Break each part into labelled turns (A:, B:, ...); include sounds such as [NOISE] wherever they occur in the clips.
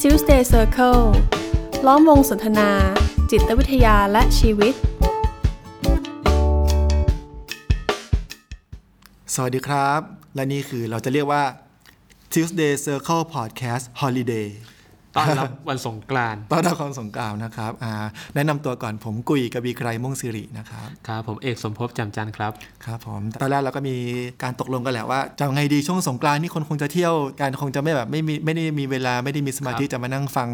A: Tuesday Circle ล้อมวงสนทนา จิตวิทยาและชีวิต
B: สวัสดีครับ และนี่คือเราจะเรียกว่า Tuesday Circle Podcast Holiday
C: ต้อนรับวันสงกรานต์
B: ต้อนรับความสงกรานต์นะครับอ่าแนะนำตัวก่อนผมกุยกบีไกรม่วงสิรินะครับ
C: ครับผมเอกสมภพจำจันทร์ครับ
B: ครับผม ตอนแรกเราก็มีการตกลงกันแหละว่าจะเอาไงดีช่วงสงกรานต์นี่คนคงจะเที่ยวกันคงจะไม่แบบไม่มีไม่ได้มีเวลาไม่ได้มีสมาธิจะมานั่งฟัง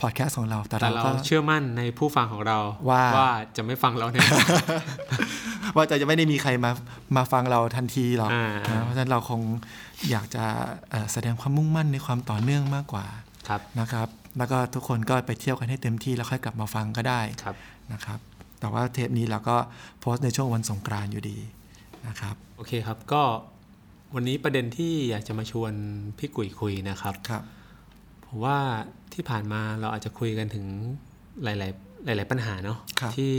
B: พอดแคสต์ของเรา แต่
C: แต่
B: เรา
C: เรา
B: ก็
C: เชื่อมั่นในผู้ฟังของเรา
B: ว่า
C: จะไม่ฟังเราเนี่ย
B: [LAUGHS]
C: [LAUGHS]
B: ว่าจะจะไม่ได้มีใครมามาฟังเราทันทีหรอก
C: อ่าน
B: ะเพราะฉะนั้นเราคงอยากจะเอ่อแสดงความมุ่งมั่นในความต่อเนื่องมากกว่า
C: ครับ
B: นะครับ แล้วก็ทุกคนก็ไปเที่ยวกันให้เต็มที่แล้วค่อยกลับมาฟังก็ได้
C: ครับ
B: นะครับ แต่ว่าเทปนี้เราก็โพสต์ในช่วงวันสงกรานต์อยู่ดีนะครับ
C: โอเคครับ ก็วันนี้ประเด็นที่อยากจะมาชวนพี่กุยคุยนะครับ
B: ครับ
C: ผมว่าที่ผ่านมาเราอาจจะคุยกันถึงหลาย ๆ หลาย ๆ ปัญหาเนาะ
B: ครับ
C: ที่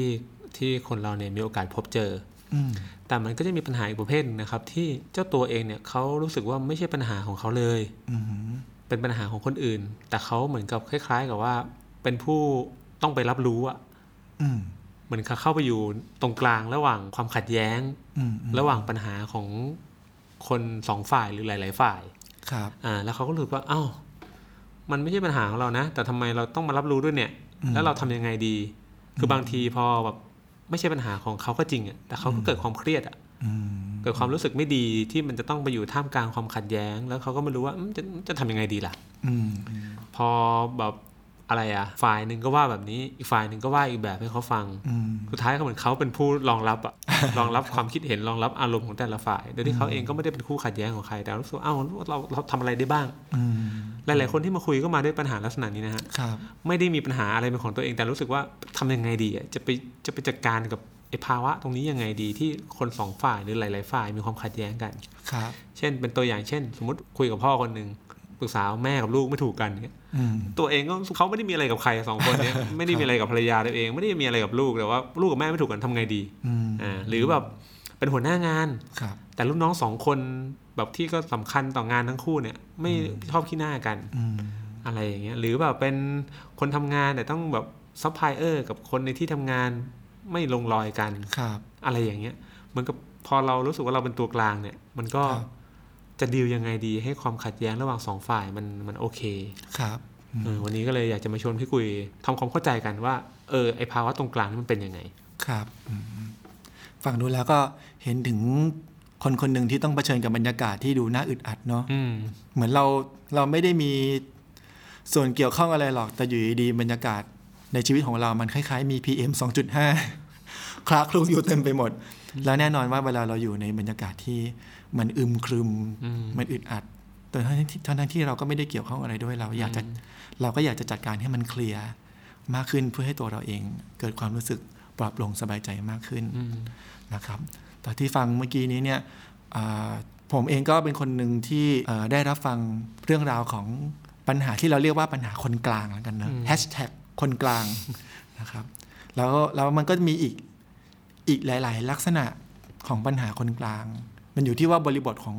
C: ที่คนเราเนี่ยมีโอกาสพบเจอ
B: อืม
C: แต่มันก็จะมีปัญหาอีกประเภทหนึ่งนะครับ ที่เจ้าตัวเองเนี่ยเขารู้สึกว่าไม่ใช่ปัญหาของเขาเลย
B: อืม
C: เป็นปัญหาของคนอื่น แต่เขาเหมือนกับคล้าย ๆ กับว่า เป็นผู้ต้องไปรับรู้อะ
B: อืม
C: เหมือนเขาเข้าไปอยู่ตรงกลางระหว่างความขัดแย้ง
B: อืมอืม
C: ระหว่างปัญหาของคนสองฝ่ายหรือหลาย ๆ ฝ่าย
B: ครับ
C: อ่าแล้วเขาก็รู้สึกว่าอ้าวมันไม่ใช่ปัญหาของเรานะ แต่ทำไมเราต้องมารับรู้ด้วยเนี่ย
B: อืม
C: แล้วเราทำยังไงดี คือบางทีพอแบบไม่ใช่ปัญหาของเขาก็จริงอะแต่เขาก็เกิดความเครียดอะ
B: อืม
C: เกิดความรู้สึกไม่ดีที่มันจะต้องไปอยู่ท่ามกลางความขัดแย้ง แล้วเขาก็ไม่รู้ว่าอืมจะจะทำยังไงดีล่ะ
B: อืม
C: พอแบบอะไรอะฝ่ายหนึ่งก็ว่าแบบนี้อีกฝ่ายหนึ่งก็ว่าอีกแบบให้เขาฟัง
B: อืม
C: สุดท้ายก็เหมือนเขาเป็นผู้รองรับอะ รองรับความคิดเห็นรองรับอารมณ์ของแต่ละฝ่าย โดยที่เขาเองก็ไม่ได้เป็นคู่ขัดแย้งของใครแต่รู้สึกว่าเอ้าเราเราทำอะไรได้บ้าง
B: อืม
C: หลาย ๆ คนที่มาคุยก็มาด้วยปัญหาลักษณะนี้นะฮะ
B: ครับ
C: ไม่ได้มีปัญหาอะไรเป็นของตัวเองแต่รู้สึกว่าทำยังไงดีอะจะไปจะไปจัดการกับไอ้ภาวะตรงนี้ยังไงดีที่คนสองฝ่ายหรือหลาย ๆ ฝ่ายมีความขัดแย้งกัน
B: ครับ
C: เช่นเป็นตัวอย่างเช่น สมมติคุยกับพ่อคนหนึ่งปรึกษาแม่กับลูกไม่ถูกกันเนี่ย
B: อืม
C: ตัวเองก็เขาไม่ได้มีอะไรกับใครสอง [LAUGHS] คนเนี่ย ไม่ได้มีอะไรกับภรรยาตัวเอง ไม่ได้มีอะไรกับลูกแต่ว่าลูกกับแม่ไม่ถูกกันทำไงดี
B: อืม
C: อ่าหรือแบบเป็นหัวหน้างาน
B: ครับ
C: แต่ลูกน้องสองคนแบบที่ก็สำคัญต่องานทั้งคู่เนี่ย ไม่ชอบขี้หน้ากัน
B: อืม
C: อะไรอย่างเงี้ยหรือแบบเป็นคนทำงานแต่ต้องแบบซัพพลายเออร์กับคนในที่ทำงานไม่ลงรอยกัน
B: ครับ
C: อะไรอย่างเงี้ยเหมือนกับพอเรารู้สึกว่าเราเป็นตัวกลางเนี่ย มันก็
B: ครับ
C: จะดีลยังไงดีให้ความขัดแย้งระหว่างสองฝ่ายมันมันโอเค
B: ครับอืม
C: เออวันนี้ก็เลยอยากจะมาชวนพี่กุยทำความเข้าใจกันว่าเออไอภาวะตรงกลางนี่มันเป็นยังไง
B: ครับอืมฟังดูแล้วก็เห็นถึงคนคนหนึ่งที่ต้องเผชิญกับบรรยากาศที่ดูน่าอึดอัดเนาะ
C: อืม
B: เหมือนเราเราไม่ได้มีส่วนเกี่ยวข้องอะไรหรอกแต่อยู่ดีๆบรรยากาศในชีวิตของเรามันคล้ายๆมี PM 2.5 [LAUGHS] คลาคลุ้งอยู่เต็มไปหมด แล้วแน่นอนว่าเวลาเราอยู่ในบรรยากาศที่มันอึมครึม
C: อืม
B: มันอึดอัดแต่ทั้งที่ทั้งที่เราก็ไม่ได้เกี่ยวข้องอะไรด้วย เราอยากจะเราก็อยากจะจัดการให้มันเคลียร์มากขึ้นเพื่อให้ตัวเราเอง เกิดความรู้สึกปลอบโปร่งสบายใจมากขึ้น
C: อืม
B: นะครับแต่ที่ฟังเมื่อกี้นี้เนี่ยอ่าผมเองก็เป็นคนหนึ่งที่เอ่อได้รับฟังเรื่องราวของปัญหาที่เราเรียกว่าปัญหาคนกลางแล้วกันนะแฮชแท็กคนกลาง [LAUGHS] นะครับแล้วแล้วมันก็มีอีกอีกหลาย ๆ ลักษณะของปัญหาคนกลาง มันอยู่ที่ว่าบริบทของ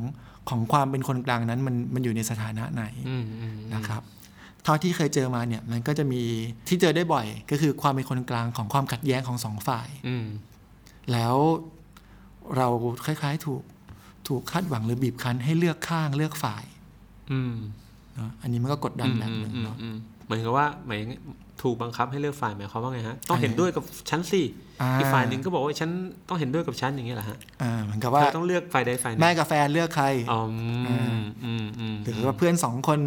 B: ของความเป็นคนกลางนั้นมันมันอยู่ในสถานะไหน
C: อืมอืม
B: นะครับเท่าที่เคยเจอมาเนี่ยมันก็จะมีที่เจอได้บ่อย ก็คือความเป็นคนกลางของความขัดแย้งของสองฝ่าย
C: อืม
B: แล้วเราคล้ายๆถูกถูกคาดหวังหรือบีบคั้นให้เลือกข้างเลือกฝ่าย
C: อืม
B: เนอะอันนี้มันก็กดดันแบบหนึ่ง
C: อืม
B: เนาะ
C: อืมเหมือนกับว่าหมายถูกบังคับให้เลือกฝ่ายหมายความว่าไงฮะต้องเห็น
B: อ่า
C: ด้วยกับฉันสิ
B: อ่า
C: อีกฝ่ายหนึ่งก็บอกว่าฉันต้องเห็นด้วยกับฉันอย่างเงี้ยเหรอฮะ
B: อ่าเหมือนกับว่า
C: เราต้องเลือกฝ่ายใดฝ่ายหนึ่ง
B: แม่กับแฟนเลือกใคร
C: อ๋ออืมอืมอืม
B: หรือว่าเพื่อนสองคน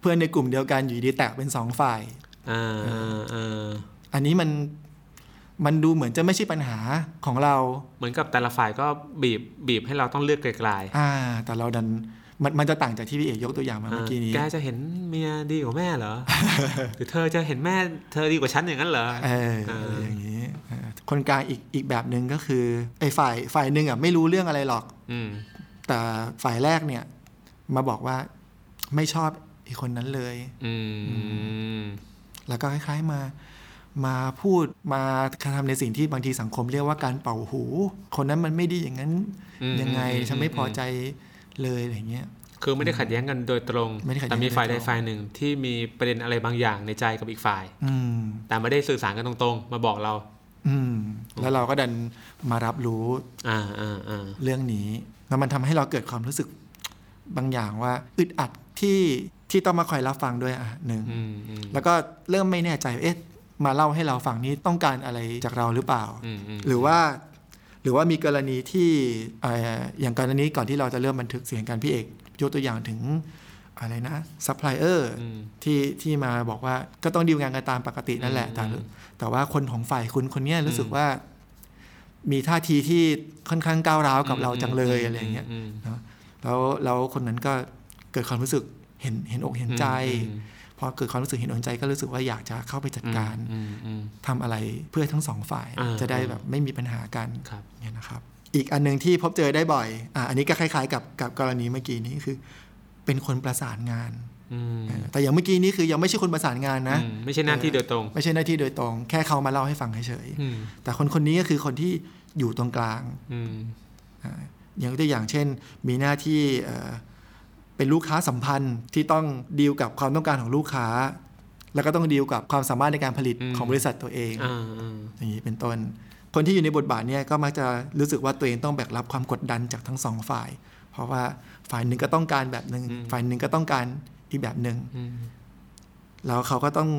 B: เพื่อนในกลุ่มเดียวกันอยู่ดีแตกเป็นสองฝ่าย
C: อ่าอ่าอ่า
B: อันนี้มันมันดูเหมือนจะไม่ใช่ปัญหาของเรา
C: เหมือนกับแต่ละฝ่ายก็บีบบีบให้เราต้องเลือกไกล
B: อ่า แต่เราดันมันมันจะต่างจากที่พี่เอกยกตัวอย่าง
C: ๆ
B: มา
C: อ่า
B: เมื่อกี้นี้
C: แกจะเห็นเมียดีกว่าแม่เห
B: [LAUGHS]
C: รอ หรือเธอจะเห็นแม่เธอดีกว่าฉันอย่างนั้นเหรอ
B: เออ
C: เออ
B: อะไรอย่างนี้เออคนกลางอีกอีกแบบหนึ่งก็คือไอ้ฝ่ายฝ่ายหนึ่งอ่ะไม่รู้เรื่องอะไรหรอก
C: ืม
B: แต่ฝ่ายแรกเนี่ย มาบอกว่าไม่ชอบไอ้คนนั้นเลย
C: อืม
B: แล้วก็คล้ายๆมา มาพูดมาทำในสิ่งที่บางทีสังคมเรียกว่าการเป่าหู คนนั้นมันไม่ดีอย่างนั้น
C: อืม
B: ยังไง
C: อืม
B: ฉันไม่พอใจเลยอะไรอย่างเงี้ย
C: คือไม่ได้ขัดแย้งกันโดยตรง
B: ไม่ได้ขัดแย้ง
C: แต่มีฝ่ายใดฝ่ายหนึ่งที่มีประเด็นอะไรบางอย่างในใจกับอีกฝ่าย
B: อืม
C: แต่ไม่ได้สื่อสารกันตรงๆ มาบอกเรา
B: อืม แล้วเราก็ดันมารับรู้
C: อ่าอ่าอ่า
B: เรื่องนี้แล้วมันทำให้เราเกิดความรู้สึกบางอย่างว่า อึดอัดที่ที่ต้องมาคอยรับฟังด้วยอ่ะหนึ่ง
C: อืมอืม
B: แล้วก็เริ่มไม่แน่ใจเอ๊ะมาเล่าให้เราฟังนี้ต้องการอะไรจากเราหรือเปล่า
C: อืมอืม
B: หรือว่า หรือว่ามีกรณีที่เอ่ออย่างกรณีก่อนที่เราจะเริ่มบันทึกเสียงกันพี่เอกยกตัวอย่างถึงอะไรนะซัพพลายเออร์
C: อืม
B: ที่ที่มาบอกว่าก็ต้องดีลงานกันตามปกตินั่นแหละ แต่
C: อืม
B: แต่ว่าคนของฝ่ายคุณคนเนี้ยรู้สึก
C: อืม
B: ว่า มีท่าทีที่ค่อนข้างก้าวร้าวกับเราจังเลยอะไรอย่างเงี้ย
C: มม
B: เนอะแล้วแล้วคนนั้นก็เกิดความรู้สึกเห็นเห็นอกเห็นใจ
C: อืม
B: พอเกิดความรู้สึกเห็นอกเห็นใจก็รู้สึกว่าอยากจะเข้าไปจัดการ
C: อืมอืม
B: ทำอะไรเพื่อทั้งสองฝ่าย
C: อ่า
B: จะได้แบบไม่มีปัญหากัน
C: ครับ
B: เนี่ยนะครับ อีกอันหนึงที่พบเจอได้บ่อยอ่ะอันนี้ก็คล้าย ๆ กับกับกรณีเมื่อกี้นี้คือ เป็นคนประสานงาน
C: อืม
B: เออแต่อย่างเมื่อกี้นี้คือยังไม่ใช่คนประสานงานนะ
C: อืมไม่ใช่หน้าที่โดยตรง
B: ไม่ใช่หน้าที่โดยตรง แค่เขามาเล่าให้ฟังเฉย
C: อืม
B: ๆแต่คนคนนี้ก็คือคนที่อยู่ตรงกลาง
C: อืม
B: อ่าอย่างตัวอย่างเช่น มีหน้าที่เอ่อเป็นลูกค้าสัมพันธ์ที่ต้องดีลกับความต้องการของลูกค้า แล้วก็ต้องดีลกับความสามารถในการผลิตของบริษัทตัวเอง
C: อ่าอ่า
B: อย่างนี้เป็นต้น คนที่อยู่ในบทบาทเนี่ยก็มักจะรู้สึกว่าตัวเองต้องแบกรับความกดดันจากทั้งสองฝ่าย เพราะว่าฝ่ายหนึ่งก็ต้องการแบบหนึ่งฝ่ายหนึ่งก็ต้องการอีกแบบหนึ่ง
C: อืม
B: แล้วเขาก็ต้อง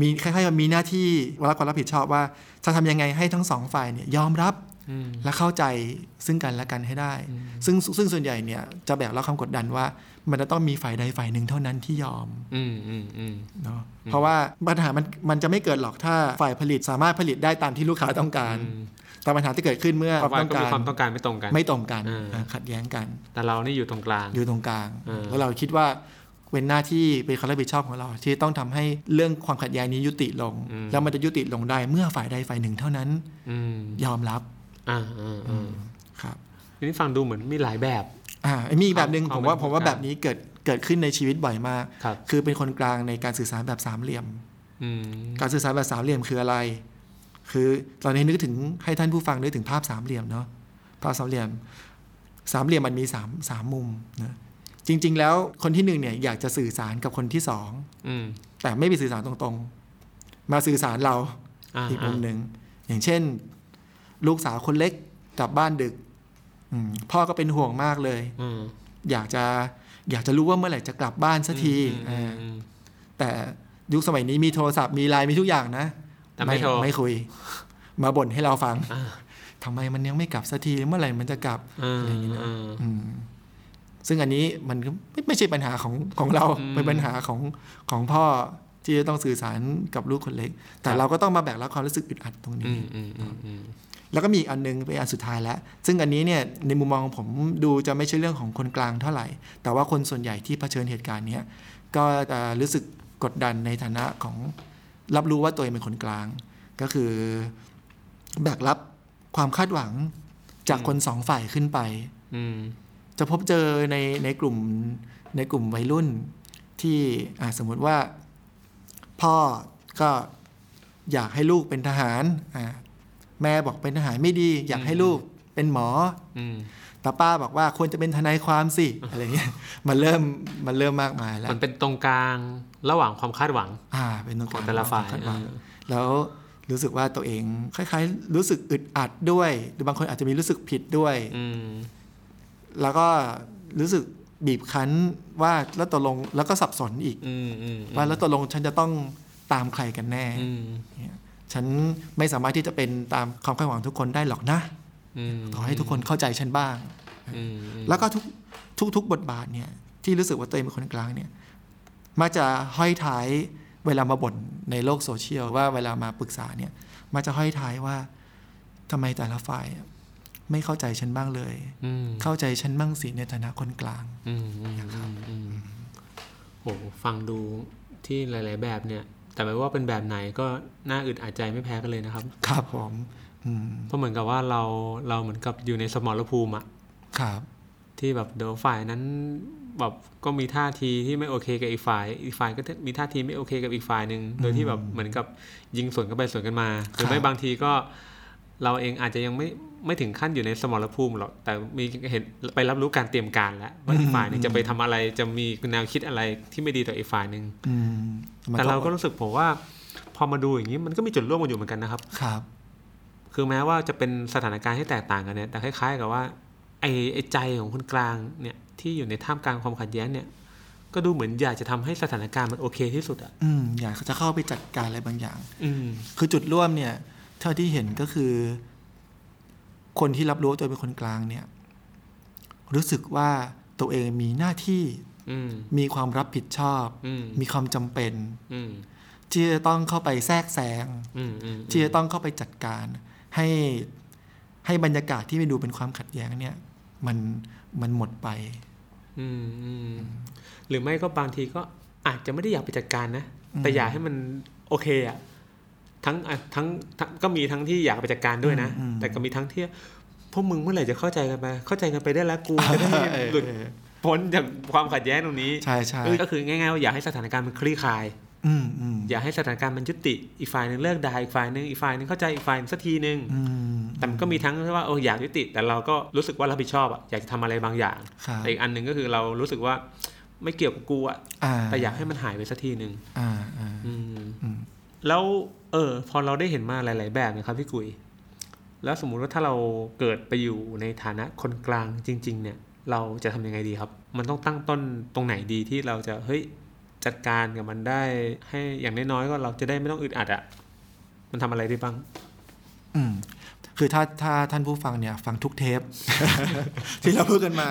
B: มีคล้ายๆกับมีหน้าที่รับความรับผิดชอบว่าจะทำยังไงให้ทั้งสองฝ่ายเนี่ยยอมรับ
C: อืม
B: และเข้าใจซึ่งกันและกันให้ได้
C: อืม
B: ซึ่งซึ่งส่วนใหญ่เนี่ยจะแบกรับความกดดันว่า มันจะต้องมีฝ่ายใดฝ่ายหนึ่งเท่านั้นที่ยอม
C: อืมอืมอืม
B: เนาะเพราะว่าปัญหามันมันจะไม่เกิดหรอกถ้าฝ่ายผลิตสามารถผลิตได้ตามที่ลูกค้าต้องการ
C: อืม
B: แต่ปัญหาที่เกิดขึ้นเมื่อ
C: เพ
B: ความ
C: ราะว่า
B: ต้องการ
C: ก็มีความต้องการไม่ตรงกัน
B: ไม่ตรงกัน
C: อ่า
B: อ่าขัดแย้งกัน
C: แต่เรานี่อยู่ตรงกลาง
B: อยู่ตรงกลาง
C: อ่า
B: แล้วเราคิดว่าเป็นหน้าที่เป็นความรับผิดชอบของเรา ที่ต้องทำให้เรื่องความขัดแย้งนี้ยุติลง แล้วมันจะยุติลงได้เมื่อฝ่ายใดฝ่ายหนึ่งเท่านั้น
C: อืม
B: ยอมรับ
C: อ่าอ่าอ่า
B: ครับ
C: ทีนี้ฟังดูเหมือนมีหลายแบบ
B: อ่ามีอีกแบบหนึ่ง
C: ควา
B: ผ
C: ม
B: มว่า
C: เป็น
B: ผมว่า
C: คนกลาง
B: แบบนี้เกิดเกิดขึ้นในชีวิตบ่อยมาก
C: ครับ
B: คือเป็นคนกลางในการสื่อสารแบบสามเหลี่ยม
C: อืม
B: การสื่อสารแบบสามเหลี่ยมคืออะไร คือตอนนี้นึกถึงให้ท่านผู้ฟังนึกถึงภาพสามเหลี่ยมเนาะ ภาพสามเหลี่ยม สามเหลี่ยมมันมีสามสามมุมนะจริง ๆ แล้วคนที่หนึ่งเนี่ยอยากจะสื่อสารกับคนที่สอง
C: อืม
B: แต่ไม่ไปสื่อสารตรงๆ มาสื่อสารเรา
C: อ่า
B: อีกมุ
C: อ่าม
B: หนึ่ง อย่างเช่น ลูกสาวคนเล็กกลับบ้านดึก อืมพ่อก็เป็นห่วงมากเลย
C: อืม
B: อยากจะอยากจะรู้ว่าเมื่อไหร่จะกลับบ้านสักทีเอ
C: อืม
B: อ
C: อืม
B: แต่ยุคสมัยนี้มีโทรศัพท์มีไลน์มีทุกอย่างนะ
C: แต่ไม่โทร
B: ไม่คุย มาบ่นให้เราฟัง
C: อ่า
B: ทำไมมันยังไม่กลับสักทีเมื่อไหร่มันจะกลับ
C: อ่าอ่า
B: อืม ซึ่งอันนี้มันก็ไม่ไม่ใช่ปัญหาของของเรา
C: อืม
B: เป็นปัญหาของของพ่อที่จะต้องสื่อสารกับลูกคนเล็ก แต่
C: ครับ
B: เราก็ต้องมาแบกรับความรู้สึกอึดอัดตรง
C: อื
B: นี้
C: มอืมอืมอืม
B: แล้วก็มีอีกอันนึงเป็นอันสุดท้ายแล้ว ซึ่งอันนี้เนี่ยในมุมมองของผมดูจะไม่ใช่เรื่องของคนกลางเท่าไหร่ แต่ว่าคนส่วนใหญ่ที่เผชิญเหตุการณ์เนี้ยก็จะรู้สึกกดดันในฐานะของรับรู้ว่าตัวเองเป็นคนกลาง ก็คือแบกรับความคาดหวังจากคนสองฝ่ายขึ้นไป
C: อืม
B: จะพบเจอในในกลุ่มในกลุ่มวัยรุ่นที่อ่ะสมมุติว่า พ่อก็อยากให้ลูกเป็นทหารอ่ะแม่บอกเป็นทหารไม่ดี อยากให้ลูกเป็นหมอ
C: อืม
B: แต่ป้าบอกว่าควรจะเป็นทนายความสิอะไรเงี้ย [LAUGHS] มันเริ่มมันเริ่มมากมายแล้ว
C: มันเป็นตรงกลางระหว่างความคาดหวัง
B: อ่า เป็น
C: ของแต่ละฝ่าย
B: คดหวัง
C: อ่า
B: แล้วรู้สึกว่าตัวเองคล้าย ๆ รู้สึกอึดอัดด้วยหรือบางคนอาจจะมีรู้สึกผิดด้วย
C: อืม
B: แล้วก็รู้สึกบีบคั้นว่าแล้วตกลงแล้วก็สับสนอีก
C: อืมอืม
B: ว่าแล้วตกลงฉันจะต้องตามใครกันแน่
C: อืม
B: ฉันไม่สามารถที่จะเป็นตามความคาดหวังทุกคนได้หรอกนะ
C: อืม
B: ขอให้ทุกคนเข้าใจฉันบ้าง
C: อืมอืม
B: แล้วก็ทุกทุกทุกบทบาทเนี่ยที่รู้สึกว่าตัวเองเป็นคนกลางเนี่ยมักจะห้อยท้ายเวลามาบ่นในโลกโซเชียลว่าเวลามาปรึกษาเนี่ยมักจะห้อยท้ายว่าทำไมแต่ละฝ่ายไม่เข้าใจฉันบ้างเลย
C: อืม
B: เข้าใจฉันบ้างสิในฐานะคนกลาง
C: อืมอืมอืมอืมโหฟังดูที่หลาย ๆ แบบเนี่ย แต่ไม่ว่าเป็นแบบไหนก็น่าอึดอัดใจไม่แพ้กันเลยนะครับ
B: ครับผมอืม
C: เพราะเหมือนกับว่าเราเราเหมือนกับอยู่ในสมรภูมิอะ
B: ครับ
C: ที่แบบเดี๋ยวฝ่ายนั้นแบบก็มีท่าทีที่ไม่โอเคกับอีกฝ่าย อีกฝ่ายก็มีท่าทีไม่โอเคกับอีกฝ่ายหนึ่งโดยที่แบบเหมือนกับยิงสวนกันไปสวนกันมา หรือไม่บางทีก็ เราเองอาจจะยังไม่ไม่ถึงขั้นอยู่ในสมรภูมิหรอกแต่มีเห็นไปรับรู้การเตรียมการแล้วว่าอีกฝ่ายหนึงจะไปทำอะไรจะมีแนวคิดอะไรที่ไม่ดีต่ออีกฝ่ายหนึ่ง
B: อืมมัน
C: แต่เราก็รู้สึกผมว่าพอมาดูอย่างนี้มันก็มีจุดร่วมกันอยู่เหมือนกันนะครับ
B: ครับ
C: คือแม้ว่าจะเป็นสถานการณ์ที่แตกต่างกันเนี่ยแต่คล้าย ๆ กับว่าไอ้ไอ้ใจของคนกลางเนี่ยที่อยู่ในท่ามกลางความขัดแย้งเนี่ยก็ดูเหมือนอยากจะทำให้สถานการณ์มันโอเคที่สุดอ่ะ
B: อืมอยากจะเข้าไปจัดการอะไรบางอย่าง
C: อืม
B: คือจุดร่วมเนี่ย เท่าที่เห็นก็คือ คนที่รับรู้ว่าตัวเองเป็นคนกลางเนี่ย รู้สึกว่าตัวเองมีหน้าที่
C: อืม
B: มีความรับผิดชอบ
C: อืม
B: มีความจำเป็น
C: อืม
B: ที่จะต้องเข้าไปแทรกแซง
C: อืมอืม
B: ที่จะต้องเข้าไปจัดการ ให้ให้บรรยากาศที่ไปดูเป็นความขัดแย้งเนี่ย มันมันหมดไป
C: อืมอืมหรือไม่ก็บางทีก็อาจจะไม่ได้อยากไปจัดการนะ
B: อืม
C: แต่อยากให้มันโอเคอ่ะทั้งอ่ะทั้งทั้งก็มีทั้งที่อยากไปจัดการด้วยนะ แต่ก็มีทั้งที่พวกมึงเมื่อไหร่จะเข้าใจกันไป เข้าใจกันไปได้แล้วกูจะได้หลุด
B: เออ
C: พ้นจากความขัดแย้งตรงนี้
B: ใช่ใช่
C: เออก็คือง่ายๆว่าอยากให้สถานการณ์มันคลี่คลาย
B: อืมอืม
C: อยากให้สถานการณ์มันยุติอีกฝ่ายหนึ่งเลิกด่าอีกฝ่ายหนึ่งอีกฝ่ายหนึ่งเข้าใจอีกฝ่ายหนึ่งสักทีหนึ่ง
B: อืม
C: แต่มันก็มีทั้งที่ว่าเอออยากยุติ แต่เราก็รู้สึกว่ารับผิดชอบอะอยากจะทำอะไรบางอย่าง
B: ครับ
C: แต่อีกอันหนึ่งก็คือเรารู้สึกว่าไม่เกี่ยวกับกูอะ
B: อ่า
C: แต่อยากให้มันหายไปสักทีหนึ่ง
B: อ่าอ่า
C: อืม
B: อืม
C: แล้วเออพอเราได้เห็นมาหลาย ๆ แบบนะครับพี่กุย แล้วสมมุติว่าถ้าเราเกิดไปอยู่ในฐานะคนกลางจริง ๆ เนี่ย เราจะทำยังไงดีครับ มันต้องตั้งต้นตรงไหนดีที่เราจะเฮ้ยจัดการกับมันได้ให้อย่างน้อยๆก็เราจะได้ไม่ต้องอึดอัดอะมันทำอะไรได้บ้าง
B: อืมคือถ้าถ้าท่านผู้ฟังเนี่ย ฟังทุกเทป [LAUGHS] ที่เราพูดกันมา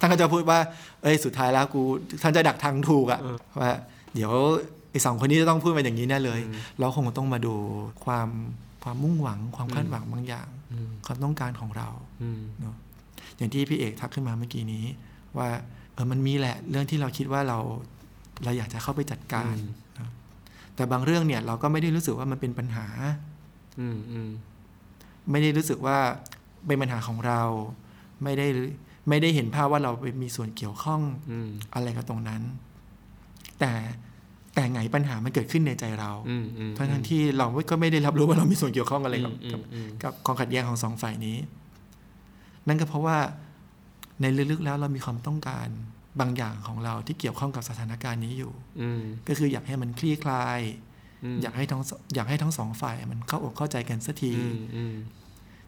B: ท่านก็จะพูดว่า เอ้ยสุดท้ายแล้วกู ท่านจะดักทางถูกอะ
C: เออ
B: ว่า เดี๋ยวไอ้สองคนนี้จะต้องพูดมาอย่างนี้แน่เลย เราคงต้องมาดูความความมุ่งหวัง ความคาดหวังบางอย่าง
C: อืม
B: ความต้องการของเรา
C: อืม
B: เนอะอย่างที่พี่เอกทักขึ้นมาเมื่อกี้นี้ ว่าเออมันมีแหละเรื่องที่เราคิดว่าเราเราอยากจะเข้าไปจัดการ แต่บางเรื่องเนี่ยเราก็ไม่ได้รู้สึกว่ามันเป็นปัญหา
C: อืมอืม
B: ไม่ได้รู้สึกว่าเป็นปัญหาของเรา ไม่ได้ไม่ได้เห็นภาพว่าเราไปมีส่วนเกี่ยวข้อง
C: อืม
B: อะไรกับตรงนั้น แต่แต่ไงปัญหามันเกิดขึ้นในใจเรา
C: อืมอืม
B: ทั้งทั้งที่เราก็ไม่ได้รับรู้ว่าเรามีส่วนเกี่ยวข้องอะไรกับ
C: อื
B: กับ
C: มอืม
B: กับความขัดแย้งของสองฝ่ายนี้ นั่นก็เพราะว่าในลึกๆแล้วเรามีความต้องการบางอย่างของเราที่เกี่ยวข้องกับสถานการณ์นี้อยู่
C: อืม
B: ก็คืออยากให้มันคลี่คลาย
C: อืม
B: อยากให้ทั้งสอยากให้ทั้งสองฝ่ายมันเข้าอกเข้าใจกันสักที
C: อืมอืม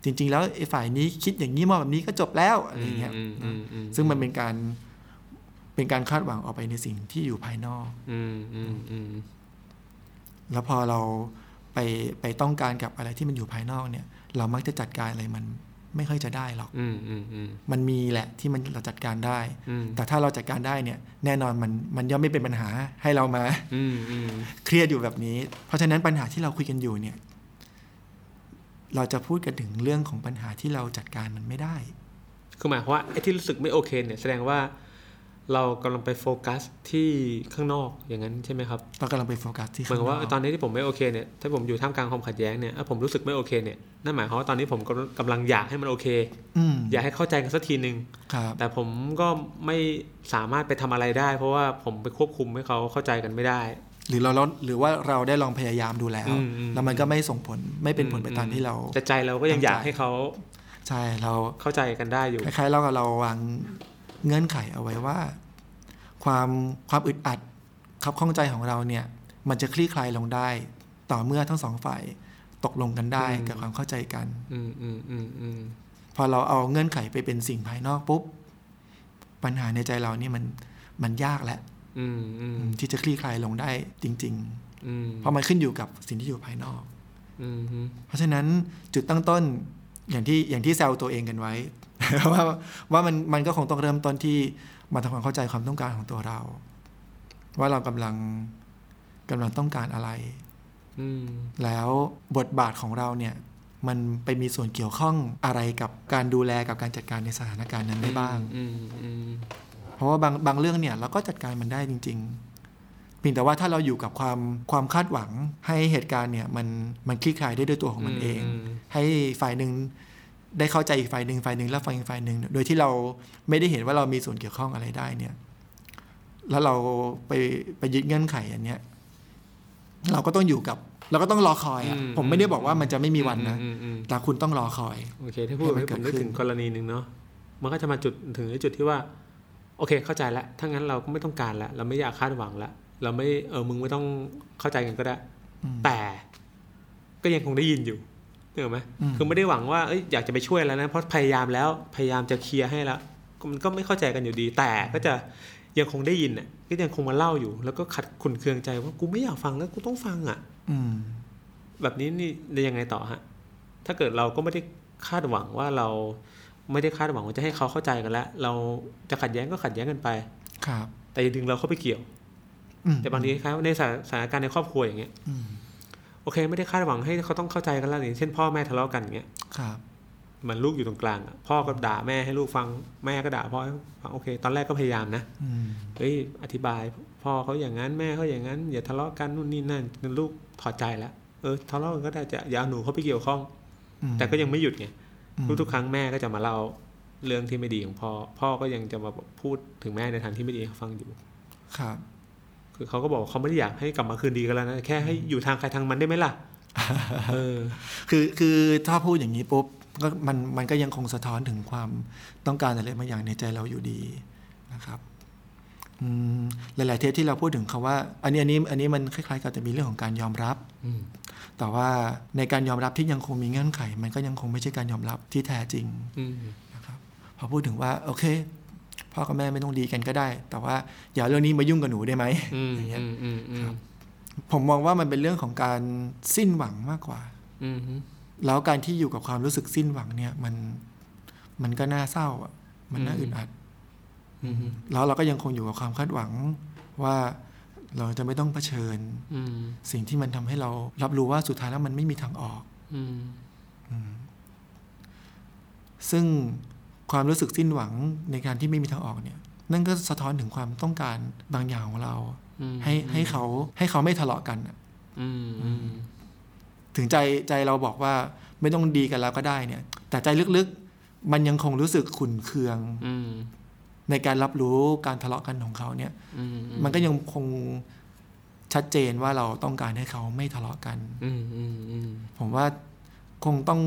B: จริง ๆ แล้วไอ้ฝ่ายนี้คิดอย่างนี้มองแบบนี้ก็จบแล้วอะไรเงี้ย
C: อืมอืมอืม
B: ซึ่งมันเป็นการเป็นการคาดหวังออกไปในสิ่งที่อยู่ภายนอก
C: อืมอืมอืม
B: แล้วพอเราไปไปต้องการกับอะไรที่มันอยู่ภายนอกเนี่ย เรามักจะจัดการอะไรมันไม่ค่อยจะได้หรอก
C: อืมอืมอืม
B: มันมีแหละที่มันเราจัดการได้
C: อืม
B: แต่ถ้าเราจัดการได้เนี่ยแน่นอนมันมันย่อมไม่เป็นปัญหาให้เรามา
C: อืมอืม
B: เครียดอยู่แบบนี้ เพราะฉะนั้นปัญหาที่เราคุยกันอยู่เนี่ย เราจะพูดกันถึงเรื่องของปัญหาที่เราจัดการมันไม่ได้
C: คือหมายความว่าไอ้ที่รู้สึกไม่โอเคเนี่ยแสดงว่าเรากำลังไปโฟกัสที่ข้างนอกอย่างนั้นใช่ไหมครับ
B: เรากำลังไปโฟกัสที่
C: เหมือนกับว่า
B: ข้งก
C: ตอนนี้ที่ผมไม่โอเคเนี่ยถ้าผมอยู่ท่ามกลางความขัดแย้งเนี่ยถ้าผมรู้สึกไม่โอเคเนี่ยนั่นหมายความว่าตอนนี้ผมกำลังกำลังอยากให้มันโอเค
B: อืม
C: อยากให้เข้าใจกันสักทีหนึ่ง
B: ครับ
C: แต่ผมก็ไม่สามารถไปทำอะไรได้ เพราะว่าผมไปควบคุมให้เขาเข้าใจกันไม่ได้
B: หรือเราเราหรือว่าเราได้ลองพยายามดูแล้ว
C: อืมอืม
B: แล้วมันก็ไม่ส่งผลไม่เป็นผลไปตามที่เรา
C: แต่ใจเราก็ยังอยากให้เขา
B: ใช่เรา
C: เข้าใจกันได้อยู่
B: คล้ายๆเรากับเราวางเงื่อนไขเอาไว้ว่า ความความอึดอัดขับข้องใจของเราเนี่ย มันจะคลี่คลายลงได้ ต่อเมื่อทั้งสองฝ่ายตกลงกันได้
C: อืม
B: เกิดความเข้าใจกัน
C: อืมอืมอืมอืม
B: พอเราเอาเงื่อนไขไปเป็นสิ่งภายนอกปุ๊บ ปัญหาในใจเรานี่มันมันยากแล้ว
C: อืมอืม
B: ที่จะคลี่คลายลงได้จริง
C: อืม
B: ๆ เพราะมันขึ้นอยู่กับสิ่งที่อยู่ภายนอก
C: อืมอืม
B: เพราะฉะนั้นจุดตั้งต้นอย่างที่อย่างที่แซวตัวเองกันไว้ [LAUGHS] ว่าว่ามันมันก็คงต้องเริ่มต้นที่มาทำความเข้าใจความต้องการของตัวเรา ว่าเรากำลังกำลังต้องการอะไร
C: อืม
B: แล้วบทบาทของเราเนี่ย มันไปมีส่วนเกี่ยวข้องอะไรกับการดูแลกับการจัดการในสถานการณ์นั้นได้บ้าง
C: อืมอืม
B: เพราะว่าบางบางเรื่องเนี่ยเราก็จัดการมันได้จริง ๆ เพียงแต่ว่าถ้าเราอยู่กับความความคาดหวังให้เหตุการณ์เนี่ยมันมันคลี่คลายได้ด้วยตัวของมันเอง
C: อืมอืม
B: ให้ฝ่ายหนึ่งได้เข้าใจอีกฝ่ายหนึ่งฝ่ายหนึ่งแล้วฟังอีกฝ่ายหนึ่งโดยที่เราไม่ได้เห็นว่าเรามีส่วนเกี่ยวข้องอะไรได้เนี่ย แล้วเราไปไปยึดเงื่อนไขอันเนี้ย เราก็ต้องอยู่กับ เราก็ต้องรอคอยอะ
C: อืม
B: ผมไม่ได้บอกว่ามันจะไม่มีวันนะ
C: อืมอืมอืม
B: แต่คุณต้องรอคอย
C: โอเค ถ้าพูดแบบนี้
B: ให้
C: ผ
B: มั
C: ม
B: นเกิ
C: นึ
B: ด
C: ก
B: ขึ้
C: ถึ
B: น
C: งกรณีหนึ่งเนาะมันก็จะมาจุดถึงจุดที่ว่า โอเค เข้าใจละถ้างั้นเราก็ไม่ต้องการละเราไม่อยากคาดหวังละเราไม่เออมึงไม่ต้องเข้าใจกันก็ได้
B: อืม
C: แต่ก็ยังคงได้ยินอยู่เห็นไหม
B: อืม
C: คือไม่ได้หวังว่าเอ้ยอยากจะไปช่วยแล้วนะเพราะพยายามแล้วพยายามจะเคลียร์ให้แล้วก็มันก็ไม่เข้าใจกันอยู่ดี แต่ก็จะยังคงได้ยินอ่ะก็ยังคงมาเล่าอยู่ แล้วก็ขัดขุนเคืองใจว่ากูไม่อยากฟังแล้วกูต้องฟังอ่ะ
B: อืม
C: แบบนี้นี่ยังไงต่อฮะ ถ้าเกิดเราก็ไม่ได้คาดหวังว่าเราไม่ได้คาดหวังว่าจะให้เขาเข้าใจกันแล้วเราจะขัดแย้งก็ขัดแย้งกันไป
B: ครับ
C: แต่อย่าดึงเราเข้าไปเกี่ยว
B: อืม
C: แต่บางทีคล้ายๆในสถาสถานการณ์ในครอบครัวอย่างเงี้ย
B: อืม
C: โอเคไม่ได้คาดหวังให้เขาต้องเข้าใจกันแล้วอย่างเช่นพ่อแม่ทะเลาะกันอย่างเงี้ย
B: ครับ
C: เหมันลูกอยู่ตรงกลางอะพ่อก็ด่าแม่ให้ลูกฟังแม่ก็ด่าพ่อให้ฟังโอเค ตอนแรกก็พยายามนะ
B: อืม
C: เฮ้ยอธิบาย พ่อเขาอย่างนั้นแม่เขาอย่างนั้น อย่าทะเลาะกันนู่นนี่นั่นจนลูกถอดใจแล้วเออทะเลาะกันก็ได้จะอย่าเอาหนูเข้าไปเกี่ยวข้อง
B: อืม
C: แต่ก็ยังไม่หยุดไง
B: อืม
C: ทุกๆครั้งแม่ก็จะมาเล่าเรื่องที่ไม่ดีของพ่อ พ่อก็ยังจะมาพูดถึงแม่ในทางที่ไม่ดีให้ฟังอยู่
B: ครับ
C: คือเขาก็บอกว่าเขาไม่ได้อยากให้กลับมาคืนดีกันแล้วนะแค่ให้อยู่ทางใครทางมันได้ไหมล่ะ เออ
B: คือคือถ้าพูดอย่างนี้ปุ๊บก็มันมันก็ยังคงสะท้อนถึงความต้องการอะไรบางอย่างในใจเราอยู่ดีนะครับอืมหลาย ๆ เทปที่เราพูดถึงคำว่า อันนี้อันนี้อันนี้มันคล้ายๆกับจะมีเรื่องของการยอมรับ
C: อืม
B: แต่ว่าในการยอมรับที่ยังคงมีเงื่อนไข มันก็ยังคงไม่ใช่การยอมรับที่แท้จริง
C: อืม
B: นะครับพอพูดถึงว่าโอเคพ่อกับแม่ไม่ต้องดีกันก็ได้ แต่ว่าอย่าเอาเรื่องนี้มายุ่งกับหนูได้ไหม
C: อืม
B: อย่างเงี้ย
C: อืมอืมอืม
B: ผมมองว่ามันเป็นเรื่องของการสิ้นหวังมากกว่า
C: อืม
B: แล้วการที่อยู่กับความรู้สึกสิ้นหวังเนี่ยมันมันก็น่าเศร้าอ่ะมันน่าอึดอัด
C: อืม
B: แล้วเราก็ยังคงอยู่กับความคาดหวังว่าเราจะไม่ต้องเผชิญ
C: อืม
B: สิ่งที่มันทำให้เรารับรู้ว่าสุดท้ายแล้วมันไม่มีทางออก
C: อืม
B: ซึ่งความรู้สึกสิ้นหวังในการที่ไม่มีทางออกเนี่ย นั่นก็สะท้อนถึงความต้องการบางอย่างของเรา
C: อืม
B: ให้ให้เขาให้เขาไม่ทะเลาะกันอะ
C: อืมอืม
B: ถึงใจใจเราบอกว่าไม่ต้องดีกันแล้วก็ได้เนี่ย แต่ใจลึกๆ มันยังคงรู้สึกขุ่นเคือง
C: อืม
B: ในการรับรู้การทะเลาะกันของเขาเนี่ย
C: อืม
B: มันก็ยังคงชัดเจนว่าเราต้องการให้เขาไม่ทะเลาะกัน
C: อืมอืมอืม
B: ผมว่าคงต้อง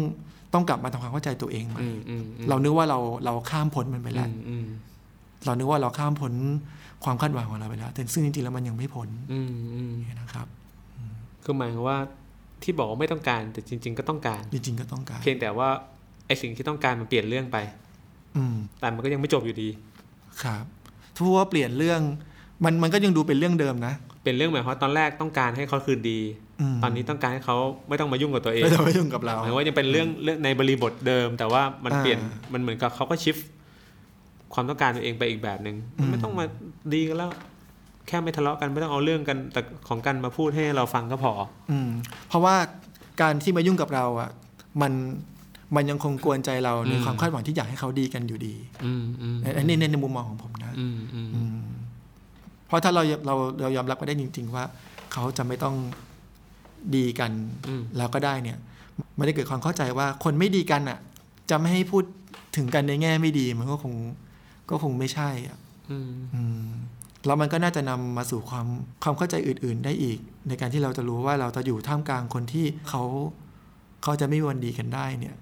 B: ต้องกลับมาทำความเข้าใจตัวเองใหม่
C: อืมอืม
B: เรานึกว่าเราเราข้ามพ้นมันไปแล้ว
C: อืมอืม
B: เรานึกว่าเราข้ามพ้นความคาดหวังของเราไปแล้ว แต่ซึ่งจริงๆแล้วมันยังไม่พ้น
C: อืมอืม
B: นะครับ
C: คือหมายความว่าที่บอกว่าไม่ต้องการแต่จริง ๆ ก็ต้องการ
B: จริงๆก็ต้องการ
C: เพียงแต่ว่าไอสิ่งที่ต้องการมันเปลี่ยนเรื่องไป
B: อืม
C: แต่มันก็ยังไม่จบอยู่ดี
B: ครับถ้าว่าเปลี่ยนเรื่อง มันมันก็ยังดูเป็นเรื่องเดิมนะ
C: เป็นเรื่องหมายความว่าตอนแรกต้องการให้เขาคืนดี
B: ม
C: ตอนนี้ต้องการให้เขาไม่ต้องมายุ่งกับตัวเอง
B: ไม่ต้องไปยุ่งกับเรา
C: หมายว่ายังเป็นเรื่องเรื่องในบริบทเดิม แต่ว่ามัน
B: อ่า
C: เปลี่ยนมันเหมือนกับเขาก็ชิฟความต้องการตัวเองไปอีกแบบหนึ่ง
B: อืม
C: ไม่ต้องมาดีกันแล้ว แค่ไม่ทะเลาะกันไม่ต้องเอาเรื่องกันแต่ของกันมาพูดให้เราฟังก็พอ
B: อืมเพราะว่าการที่มายุ่งกับเราอ่ะมันมันยังคงกวนใจเราใน
C: อืม
B: ความคาดหวังที่อยากให้เขาดีกันอยู่ดี
C: อืมอืม
B: อันนี้ในในมุมมองของผมนะ
C: อืมอืม
B: อืมเพราะถ้าเราเราเรายอมรับก็ได้จริง ๆ ว่า เขาจะไม่ต้องดีกัน
C: อืม
B: แล้วก็ได้เนี่ย มันจะเกิดความเข้าใจว่าคนไม่ดีกันอ่ะ จะไม่ให้พูดถึงกันในแง่ไม่ดี มันก็คงก็คงไม่ใช่อ่ะ
C: อืม
B: อืมแล้วมันก็น่าจะนำมาสู่ความความเข้าใจอื่น ๆ ได้อีก ในการที่เราจะรู้ว่าเราจะอยู่ท่ามกลางคนที่เขาเขาจะไม่มีวันดีกันได้เนี่ย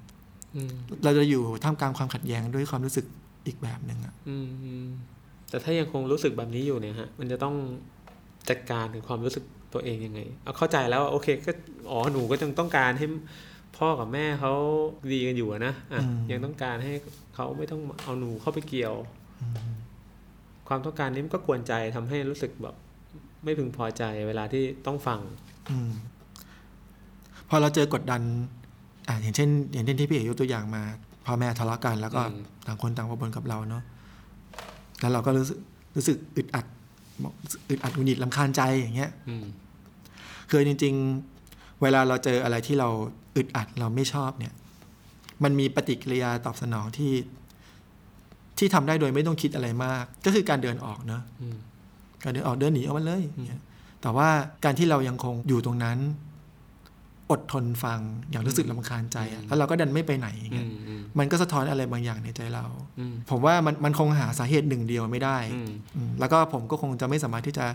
C: อืม
B: เราจะอยู่ท่ามกลางความขัดแย้งด้วยความรู้สึกอีกแบบหนึ่งอะ
C: อืมอืมแต่ถ้ายังคงรู้สึกแบบนี้อยู่เนี่ยฮะ มันจะต้องจัดการถึงความรู้สึกตัวเองยังไงเอาเข้าใจแล้วว่าโอเคก็อ๋อหนูก็ยังต้องการให้พ่อกับแม่เขาดีกันอยู่อะนะอ่ะยังต้องการให้เขาไม่ต้องเอาหนูเข้าไปเกี่ยว ความต้องการนี้มันก็กวนใจทำให้รู้สึกแบบไม่พึงพอใจเวลาที่ต้องฟัง
B: อืมพอเราเจอกดดัน อ่าอย่างเช่น อย่างเช่นที่พี่เอยกตัวอย่างมาพ่อแม่ทะเลาะกันแล้วก็
C: อืม
B: ต่างคนต่างมาบนกับเราเนาะแล้วเราก็รู้สึกรู้สึกอึดอัดอึดอัดหงุดหงิดลำคาญใจอย่างเงี้ย
C: อืม
B: คือจริงๆ เวลาเราเจออะไรที่เราอึดอัดเราไม่ชอบเนี่ย มันมีปฏิกิริยาตอบสนองที่ ที่ทำได้โดยไม่ต้องคิดอะไรมาก ก็คือการเดินออกเนอะ
C: อืม
B: การเดินออกเดินหนีออกมาเลยอย่างเงี้ยแต่ว่าการที่เรายังคงอยู่ตรงนั้น อดทนฟังอย่างรู้สึกลำคาญใจอะแล้วเราก็ดันไม่ไปไหนอย่าง
C: อื
B: เงี้ย
C: มอืม
B: มันก็สะท้อนอะไรบางอย่างในใจเรา
C: อืม
B: ผมว่ามันมันคงหาสาเหตุหนึ่งเดียวไม่ได้
C: อืม
B: อืมแล้วก็ผมก็คงจะไม่สามารถที่จะ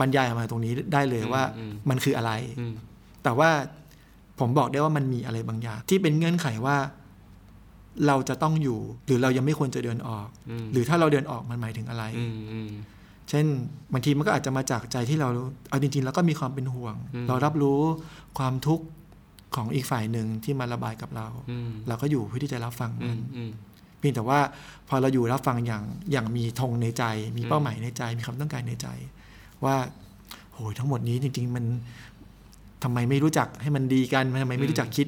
B: บรรยายออกมาตรงนี้ได้เลย
C: อืม
B: ว่า
C: อืม
B: มันคืออะไร
C: อืม
B: แต่ว่าผมบอกได้ว่ามันมีอะไรบางอย่าง ที่เป็นเงื่อนไขว่า เราจะต้องอยู่ หรือเรายังไม่ควรจะเดินออก
C: อืม
B: หรือถ้าเราเดินออกมันหมายถึงอะไร
C: อืมอืม
B: เช่นบางทีมันก็อาจจะมาจากใจที่เราเอาจริง ๆ แล้วก็มีความเป็นห่วง
C: อืม
B: เรารับรู้ความทุกข์ของอีกฝ่ายหนึ่งที่มาระบายกับเรา
C: อืม
B: เราก็อยู่เพื่อที่จะรับฟัง
C: อื
B: มั
C: ม
B: น
C: อืม
B: เพียงแต่ว่าพอเราอยู่รับฟังอย่างอย่างมีธงในใจ มี
C: อืม
B: เป้าหมายในใจ มีความต้องการในใจ ว่าโหยทั้งหมดนี้จริง ๆ มันทำไมไม่รู้จักให้มันดีกันทำไมไม่รู้จักคิด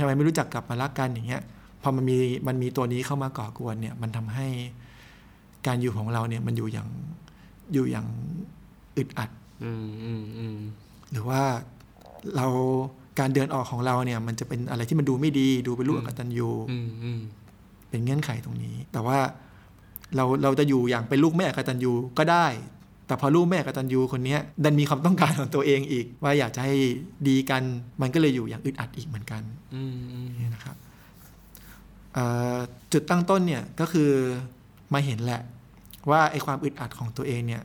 B: ทำไมไม่รู้จักกลับมารักกันอย่างเงี้ยพอมันมีมันมีตัวนี้เข้ามาก่อกวนเนี่ย มันทำให้การอยู่ของเราเนี่ยมันอยู่อย่างอยู่อย่างอึดอัด
C: อืมอืมอืม
B: หรือว่าเราการเดินออกของเราเนี่ย มันจะเป็นอะไรที่มันดูไม่ดี ดูเป็นลูก
C: อื
B: อ
C: ม
B: กตันยู
C: อืมอืม
B: เป็นเงื่อนไขตรงนี้ แต่ว่าเราเราจะอยู่อย่างเป็นลูกแม่อกตัญญูก็ได้ แต่พอลูกแม่อกตัญญูคนเนี้ยดันมีความต้องการของตัวเองอีก ว่าอยากจะให้ดีกันมันก็เลยอยู่อย่างอึดอัดอีกเหมือนกัน
C: อืมอืม
B: นี่นะครับเอ่อจุดตั้งต้นเนี่ยก็คือมาเห็นแหละ ว่าไอ้ความอึดอัดของตัวเองเนี่ย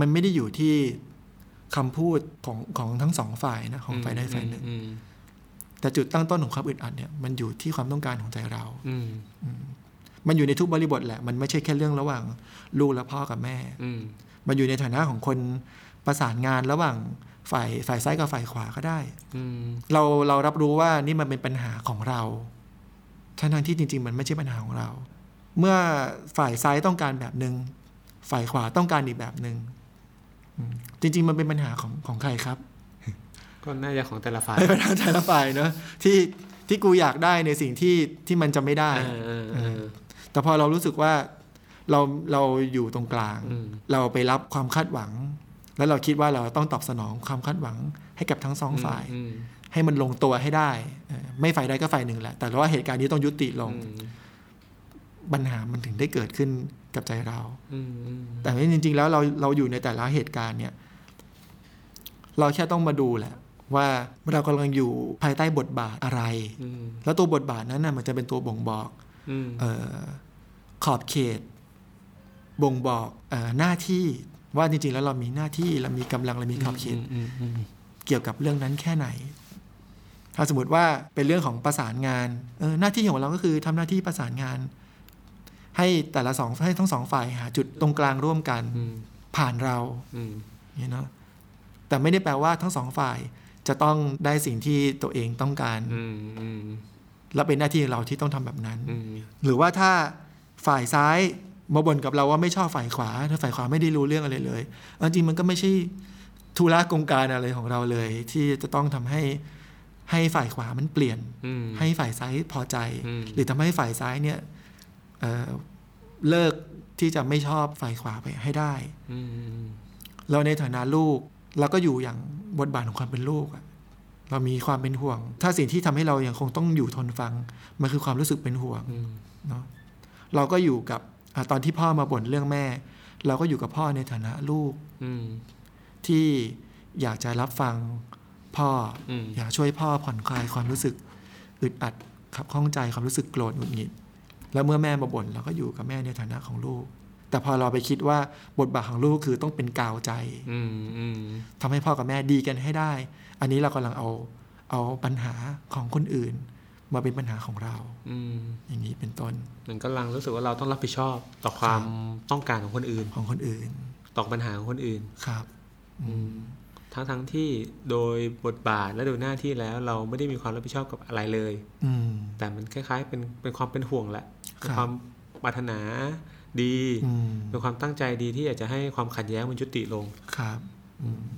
B: มันไม่ได้อยู่ที่คำพูดของของทั้งสองฝ่ายนะของฝ่ายใดฝ่ายหนึ่ง
C: อืม
B: แต่จุดตั้งต้นของความอึดอัดเนี่ยมันอยู่ที่ความต้องการของใจเรา
C: อืม
B: มันอยู่ในทุกบริบทแหละ มันไม่ใช่แค่เรื่องระหว่างลูกและพ่อกับแม่
C: อืม
B: มันอยู่ในฐานะของคนประสานงานระหว่างฝ่ายฝ่ายซ้ายกับฝ่ายขวาก็ได้
C: อืม
B: เราเรารับรู้ว่านี่มันเป็นปัญหาของเราทั้งทที่จริง ๆ มันไม่ใช่ปัญหาของเรา เมื่อฝ่ายซ้ายต้องการแบบหนึง่งฝ่ายขวาต้องการอีกแบบหนึง่งอืมจริง ๆ มันเป็นปัญหาของของใครครับ
C: ก็น่าจะของแต่ละฝ่าย
B: เป็นปัญหาแต่ละฝ่ายเนอะที่ที่กูอยากได้ในสิ่งที่ที่มันจะไม่ได้
C: เออเออเออ
B: แต่พอเรารู้สึกว่าเราเราอยู่ตรงกลาง
C: อืม
B: เราไปรับความคาดหวัง แล้วเราคิดว่าเราต้องตอบสนองความคาดหวังให้กับทั้งสองฝ่าย
C: อืม
B: ให้มันลงตัวให้ได้เออไม่ฝ่ายใดก็ฝ่ายหนึ่งแหละ แต่ว่าเหตุการณ์นี้ต้องยุติลง
C: อืม
B: ปัญหามันถึงได้เกิดขึ้นกับใจเรา
C: อืมอืม
B: แต่จริงๆแล้วเราเราอยู่ในแต่ละเหตุการณ์เนี่ย เราแค่ต้องมาดูแหละ ว่าเรากำลังอยู่ภายใต้บทบาทอะไร
C: อืม
B: แล้วตัวบทบาทนั้นน่ะมันจะเป็นตัวบ่งบอก
C: อืม
B: เอ่อขอบเขต บ่งบอกเออหน้าที่ว่าจริงๆ แล้วเรามีหน้าที่เรามีกำลังเรามีขอบเขตเกี่ยวกับเรื่องนั้นแค่ไหน ถ้าสมมติว่าเป็นเรื่องของประสานงานเออหน้าที่ของเราก็คือทำหน้าที่ประสานงาน ให้แต่ละสองให้ทั้งสองฝ่ายหาจุดตรงกลางร่วมกัน
C: อืม
B: ผ่านเรา
C: อืม
B: เนี่ยเนาะแต่ไม่ได้แปลว่าทั้งสองฝ่ายจะต้องได้สิ่งที่ตัวเองต้องการ
C: อืมอืม
B: และเป็นหน้าที่ของเราที่ต้องทำแบบนั้น
C: อืม
B: หรือว่าถ้าฝ่ายซ้ายมาบ่นกับเราว่าไม่ชอบฝ่ายขวาถ้าฝ่ายขวาไม่ได้รู้เรื่องอะไรเลยเอาจริงมันก็ไม่ใช่ธุระกงการอะไรของเราเลย ที่จะต้องทำให้ให้ฝ่ายขวามันเปลี่ยน
C: อืม
B: ให้ฝ่ายซ้ายพอใจ
C: อืม
B: หรือทำให้ฝ่ายซ้ายเนี่ยเอ่อเลิกที่จะไม่ชอบฝ่ายขวาไปให้ได้
C: อืมอืม
B: เราในฐานะลูกเราก็อยู่อย่างบทบาทของความเป็นลูกอะเรามีความเป็นห่วง ถ้าสิ่งที่ทำให้เรายังคงต้องอยู่ทนฟังมันคือความรู้สึกเป็นห่วง
C: อืม
B: เนาะเราก็อยู่กับอะตอนที่พ่อมาบ่นเรื่องแม่ เราก็อยู่กับพ่อในฐานะลูก
C: อืม
B: ที่อยากจะรับฟังพ่อ
C: อืม
B: อยากช่วยพ่อผ่อนคลายความรู้สึกอึดอัดขับข้องใจความรู้สึกโกรธหงุดหงิดแล้วเมื่อแม่มาบ่นเราก็อยู่กับแม่ในฐานะของลูก แต่พอเราไปคิดว่าบทบาทของลูกคือต้องเป็นกาวใจ
C: อืมอืม
B: ทำให้พ่อกับแม่ดีกันให้ได้ อันนี้เรากำลังเอาเอาปัญหาของคนอื่น มาเป็นปัญหาของเรา
C: อืม
B: อย่างนี้เป็นต้น
C: มันกำลังรู้สึกว่าเราต้องรับผิดชอบต่อความต้องการของคนอื่น
B: ของคนอื่น
C: ต่อปัญหาของคนอื่น
B: ครับ อืม
C: ทั้งทั้งที่โดยบทบาทและโดยหน้าที่แล้วเราไม่ได้มีความรับผิดชอบกับอะไรเลย
B: อืม
C: แต่มันคล้ายๆ เป็นเป็นความเป็นห่วงแหละ
B: ครับ
C: เป็นความปรารถนาดี
B: อืม
C: เป็นความตั้งใจดีที่อยากจะให้ความขัดแย้งมันยุติลง
B: ครับอืม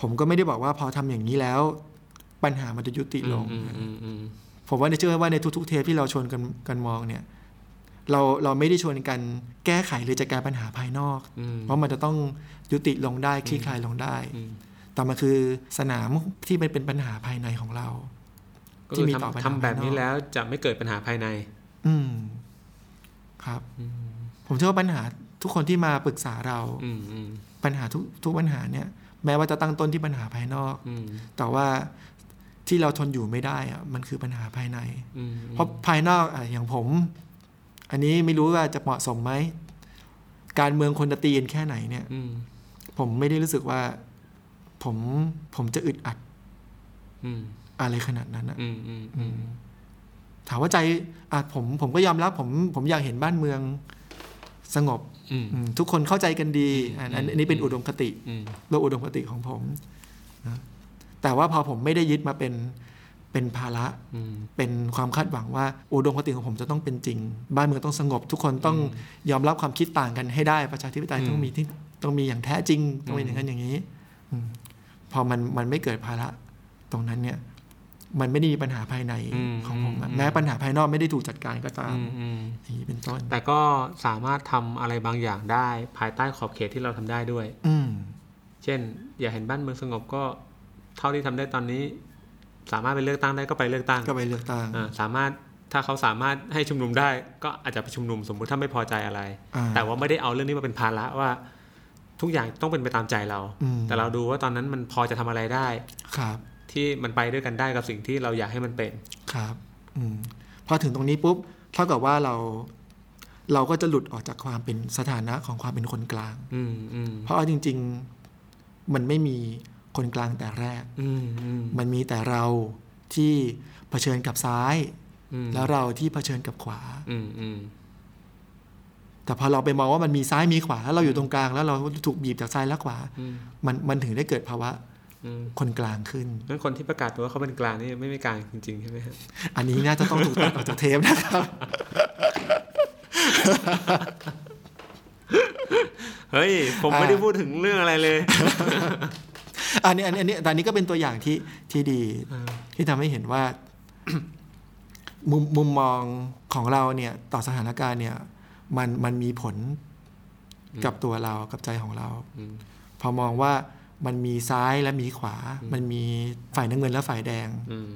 B: ผมก็ไม่ได้บอกว่าพอทำอย่างนี้แล้ว ปัญหามันจะยุติลง
C: อืมอืมอืม
B: ผมว่าในเชื่อว่าในทุกๆเทปที่เราชวนกันกันมองเนี่ย เราเราไม่ได้ชวนกันแก้ไขหรือจัดการปัญหาภายนอก
C: อืม
B: เพราะมันจะต้องยุติลงได้คลี่คลายลงได้
C: อืม
B: แต่มันคือสนามที่มันเป็นปัญหาภายในของเรา
C: ก็คือ
B: ที่มีต่อปัญหา
C: ทำทำแบบนี้
B: ภายนอก
C: แล้วจะไม่เกิดปัญหาภายใน
B: อืม ครับ ผมเชื่อว่าปัญหาทุกคนที่มาปรึกษาเรา
C: อืมอืม
B: ปัญหาทุกทุกปัญหาเนี่ย แม้ว่าจะตั้งต้นที่ปัญหาภายนอก
C: อืม
B: แต่ว่าที่เราทนอยู่ไม่ได้อะมันคือปัญหาภายใน
C: อืม
B: เพราะภายนอกอะอย่างผม อันนี้ไม่รู้ว่าจะเหมาะสมไหม การเมืองคนจะตีกันแค่ไหนเนี่ย
C: อืม
B: ผมไม่ได้รู้สึกว่า ผมผมจะอึดอัด
C: อืม
B: อะไรขนาดนั้นอะ
C: อืมอืม
B: อืมถามว่าใจอ่ะผมผมก็ยอมรับผมผมอยากเห็นบ้านเมืองสงบ
C: อืม
B: อืมทุกคนเข้าใจกันดีอันอันอันนี้เป็น
C: อืม
B: อุดมคติ
C: อืม
B: โลกอุดมคติของผมนะแต่ว่าพอผมไม่ได้ยึดมาเป็นเป็นภาระ
C: อืม
B: เป็นความคาดหวังว่าอุดมคติของผมจะต้องเป็นจริง บ้านเมืองต้องสงบ ทุกคนต้องยอมรับความคิดต่างกันให้ได้ประชาธิปไตย
C: อืม
B: ต้องมีที่ต้องมีอย่างแท้จริงต้องเป็นอ
C: อืม
B: ย่างนั้นอย่างนี้อืมพอมันมันไม่เกิดภาระตรงนั้นเนี่ย มันไม่ได้มีปัญหาภายในของผมอะแม้ปัญหาภายนอกไม่ได้ถูกจัดการก็ตาม
C: อืมอืม
B: อย่างนี้เป็นต้น
C: แต่ก็สามารถทำอะไรบางอย่างได้ภายใต้ขอบเขตที่เราทำได้ด้วย
B: อืม
C: เช่น อยากเห็นบ้านเมืองสงบก็ เท่าที่ทำได้ตอนนี้ สามารถไปเลือกตั้งได้ก็ไปเลือกตั้ง
B: ก็ไปเลือกตั้ง
C: อ่าสามารถถ้าเขาสามารถให้ชุมนุมได้ ก็อาจจะไปชุมนุมสมมุติถ้าไม่พอใจอะไร
B: อ่า
C: แต่ว่าไม่ได้เอาเรื่องนี้มาเป็นภาระว่า ทุกอย่างต้องเป็นไปตามใจเรา
B: อืม
C: แต่เราดูว่าตอนนั้นมันพอจะทำอะไรได้
B: ครับ
C: ที่มันไปด้วยกันได้กับสิ่งที่เราอยากให้มันเป็น
B: ครับอืมพอถึงตรงนี้ปุ๊บเท่ากับว่าเรา เราก็จะหลุดออกจากความเป็นสถานะของความเป็นคนกลาง
C: อืมอืม
B: เพราะเอาจริง ๆ มันไม่มีคนกลางแต่แรก
C: อืมอืม
B: มันมีแต่เราที่เผชิญกับซ้าย
C: อืม
B: แล้วเราที่เผชิญกับขวา
C: อืมอืม
B: แต่พอเราไปมองว่ามันมีซ้ายมีขวา แล้วเราอยู่ตรงกลาง แล้วเราถูกบีบจากซ้ายและขวา
C: อืม
B: มันมันถึงได้เกิดภาวะ
C: อืม
B: คนกลางขึ้น
C: งั้นคนที่ประกาศตัวว่าเขาเป็นกลางนี่ไม่ไม่กลางจริงๆใช่ไหมฮะ
B: อันนี้น่าจะต้องถูกตัดออกจากเทปนะครับ
C: เฮ้ย ผม
B: อ่า
C: ไม่ได้พูดถึงเรื่องอะไรเลย
B: อันนี้อันนี้อันนี้แต่อันนี้ก็เป็นตัวอย่างที่ที่ดี
C: อ่า
B: ที่ทำให้เห็นว่า [COUGHS] มุมมุมมองของเราเนี่ย ต่อสถานการณ์เนี่ย มันมันมีผลกับตัวเรากับใจของเรา
C: อืม
B: พอมองว่ามันมีซ้ายและมีขวา มันมีฝ่ายน้ำเงินและฝ่ายแดง
C: อืม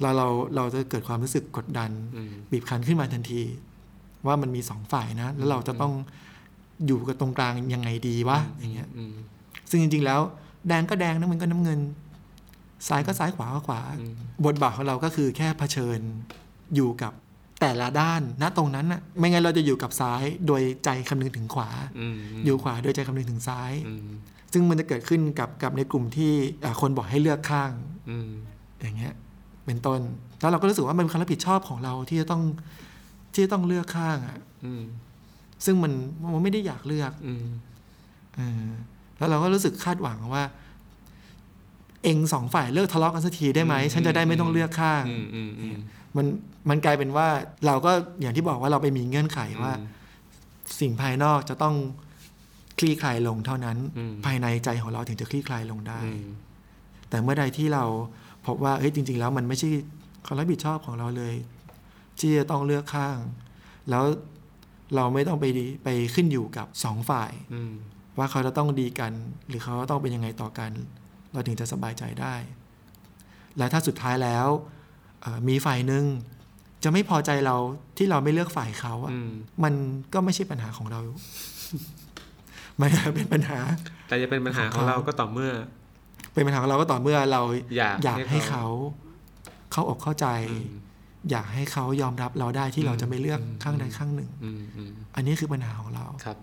B: เราเราเราจะเกิดความรู้สึกกดดัน
C: อืม
B: บีบคั้นขึ้นมาทันที ว่ามันมีสองฝ่ายนะ แล้วเราจะต้องอยู่กับตรงกลางยังไงดีวะอย่างเงี้ย
C: อืม
B: ซึ่งจริงๆ แล้วแดงก็แดงน้ำเงินก็น้ำเงิน ซ้ายก็ซ้ายขวาก็ขวา
C: อืม
B: บทบาทของเราก็คือแค่เผชิญอยู่กับแต่ละด้านณตรงนั้นน่ะไม่งั้นเราจะอยู่กับซ้ายโดยใจคำนึงถึงขวา
C: อืมม
B: อยู่ขวาโดยใจคำนึงถึงซ้าย
C: อืม
B: ซึ่งมันจะเกิดขึ้นกับกับในกลุ่มที่อ่ะคนบอกให้เลือกข้าง
C: อืม
B: อย่างเงี้ย เป็นต้น แล้วเราก็รู้สึกว่ามันเป็นความรับผิดชอบของเราที่จะต้องที่จะต้องเลือกข้างอ่ะ
C: อืม
B: ซึ่งมันมันไม่ได้อยากเลือก
C: อืม
B: เออแล้วเราก็รู้สึกคาดหวังว่า เองสองฝ่ายเลิกทะเลาะกันสักทีได้ไหม ฉันจะได้ไม่ต้องเลือกข้าง
C: อืมอืมอืม
B: มันมันกลายเป็นว่าเราก็อย่างที่บอกว่าเราไปมีเงื่อนไขว่า สิ่งภายนอกจะต้องคลี่คลายลงเท่านั้น
C: อืม
B: ภายในใจของเราถึงจะคลี่คลายลงได้
C: อืม
B: แต่เมื่อใดที่เราพบว่าเอ้ยจริง ๆ แล้วมันไม่ใช่ความรับผิดชอบของเราเลย ที่จะต้องเลือกข้าง แล้วเราไม่ต้องไปดีไปขึ้นอยู่กับสองฝ่าย
C: อืม
B: ว่าเขาจะต้องดีกัน หรือเขาจะต้องเป็นยังไงต่อกัน เราถึงจะสบายใจได้ และถ้าสุดท้ายแล้วเอ่อมีฝ่ายหนึ่งจะไม่พอใจเราที่เราไม่เลือกฝ่ายเขาอะ
C: อืม
B: มันก็ไม่ใช่ปัญหาของเรา [LAUGHS] มันเป็นปัญหา
C: แต่จะเป็นปัญหาของเราก็ต่อเมื่อ
B: เป็นปัญหาของเราก็ต่อเมื่อเรา
C: อยาก
B: อยากให้เขา เข้าอกเข้าใจ อยากให้เขายอมรับเราได้ที่เราจะไม่เลือก
C: อืม
B: ข้างใดข้างหนึ่ง
C: อืมอืม
B: อันนี้คือปัญหาของเรา
C: ครับ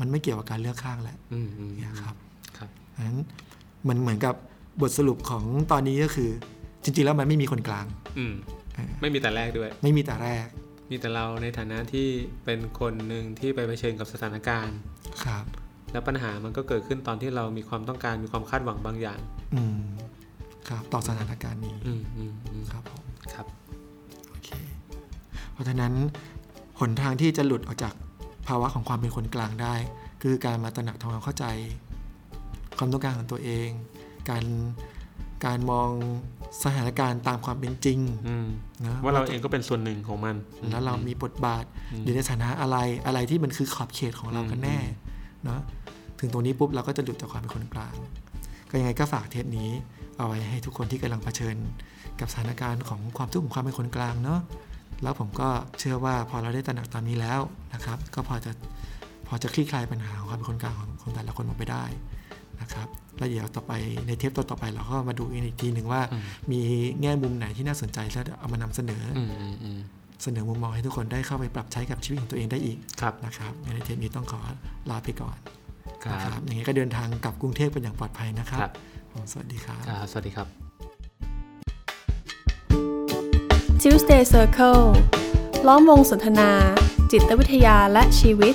B: มันไม่เกี่ยวกับการเลือกข้างแหละ
C: อืมอืม
B: เนี่ยครับ
C: ครับ
B: เพราะฉะนั้นมันเหมือนกับบทสรุปของตอนนี้ก็คือ จริงๆ แล้วมันไม่มีคนกลาง
C: อืม
B: เออ
C: ไม่มีแต่แรกด้วย
B: ไม่มีแต่แรก
C: มีแต่เราในฐานะที่เป็นคนหนึ่งที่ไปเผชิญกับสถานการณ์
B: ครับ
C: แล้วปัญหามันก็เกิดขึ้นตอนที่เรามีความต้องการมีความคาดหวังบางอย่าง
B: อืมครับต่อสถานการณ์นี้
C: อืมอืมอืม
B: ครับผม
C: ครับ
B: โอเค เพราะฉะนั้นหนทางที่จะหลุดออกจากภาวะของความเป็นคนกลางได้ คือการมาตระหนักทำความเข้าใจ ความต้องการของตัวเอง การการมองสถานการณ์ตามความเป็นจริง
C: อืม
B: นะ
C: ว่าเราเองก็เป็นส่วนหนึ่งของมัน
B: แล้วเรามีบทบาทอยู่ในฐานะอะไรอะไรที่มันคือขอบเขตของเรากันแน่เนาะถึงตรงนี้ปุ๊บเราก็จะหลุดจากความเป็นคนกลาง ก็ยังไงก็ฝากเทปนี้ เอาไว้ให้ทุกคนที่กำลังเผชิญ กับสถานการณ์ของความทุกข์ของความเป็นคนกลางเนาะแล้วผมก็เชื่อว่าพอเราได้ตระหนักตามนี้แล้วนะครับ ก็พอจะพอจะคลี่คลายปัญหาของความเป็นคนกลางของของแต่ละคนลงไปได้นะครับแล้วเดี๋ยวต่อไปในเทปต่อๆไปเราก็มาดูอีกทีหนึ่งว่า
C: อืม
B: มีแง่มุมไหนที่น่าสนใจแล้วเอามานำเสนอ
C: อืมอืมอืม
B: เสนอมุมมองให้ทุกคนได้เข้าไปปรับใช้กับชีวิตของตัวเองได้อีก
C: ครับ
B: นะครับในเทปนี้ต้องขอลาไปก่อน
C: ครับ
B: นะครับยังไงก็เดินทางกลับกรุงเทพเป็นอย่างปลอดภัยนะครับ
C: ครับ
B: ผมสวัสดีครับ
C: ครับสวัสดีครับ
A: Tuesday Circle ล้อมวงสนทนา จิตวิทยาและชีวิต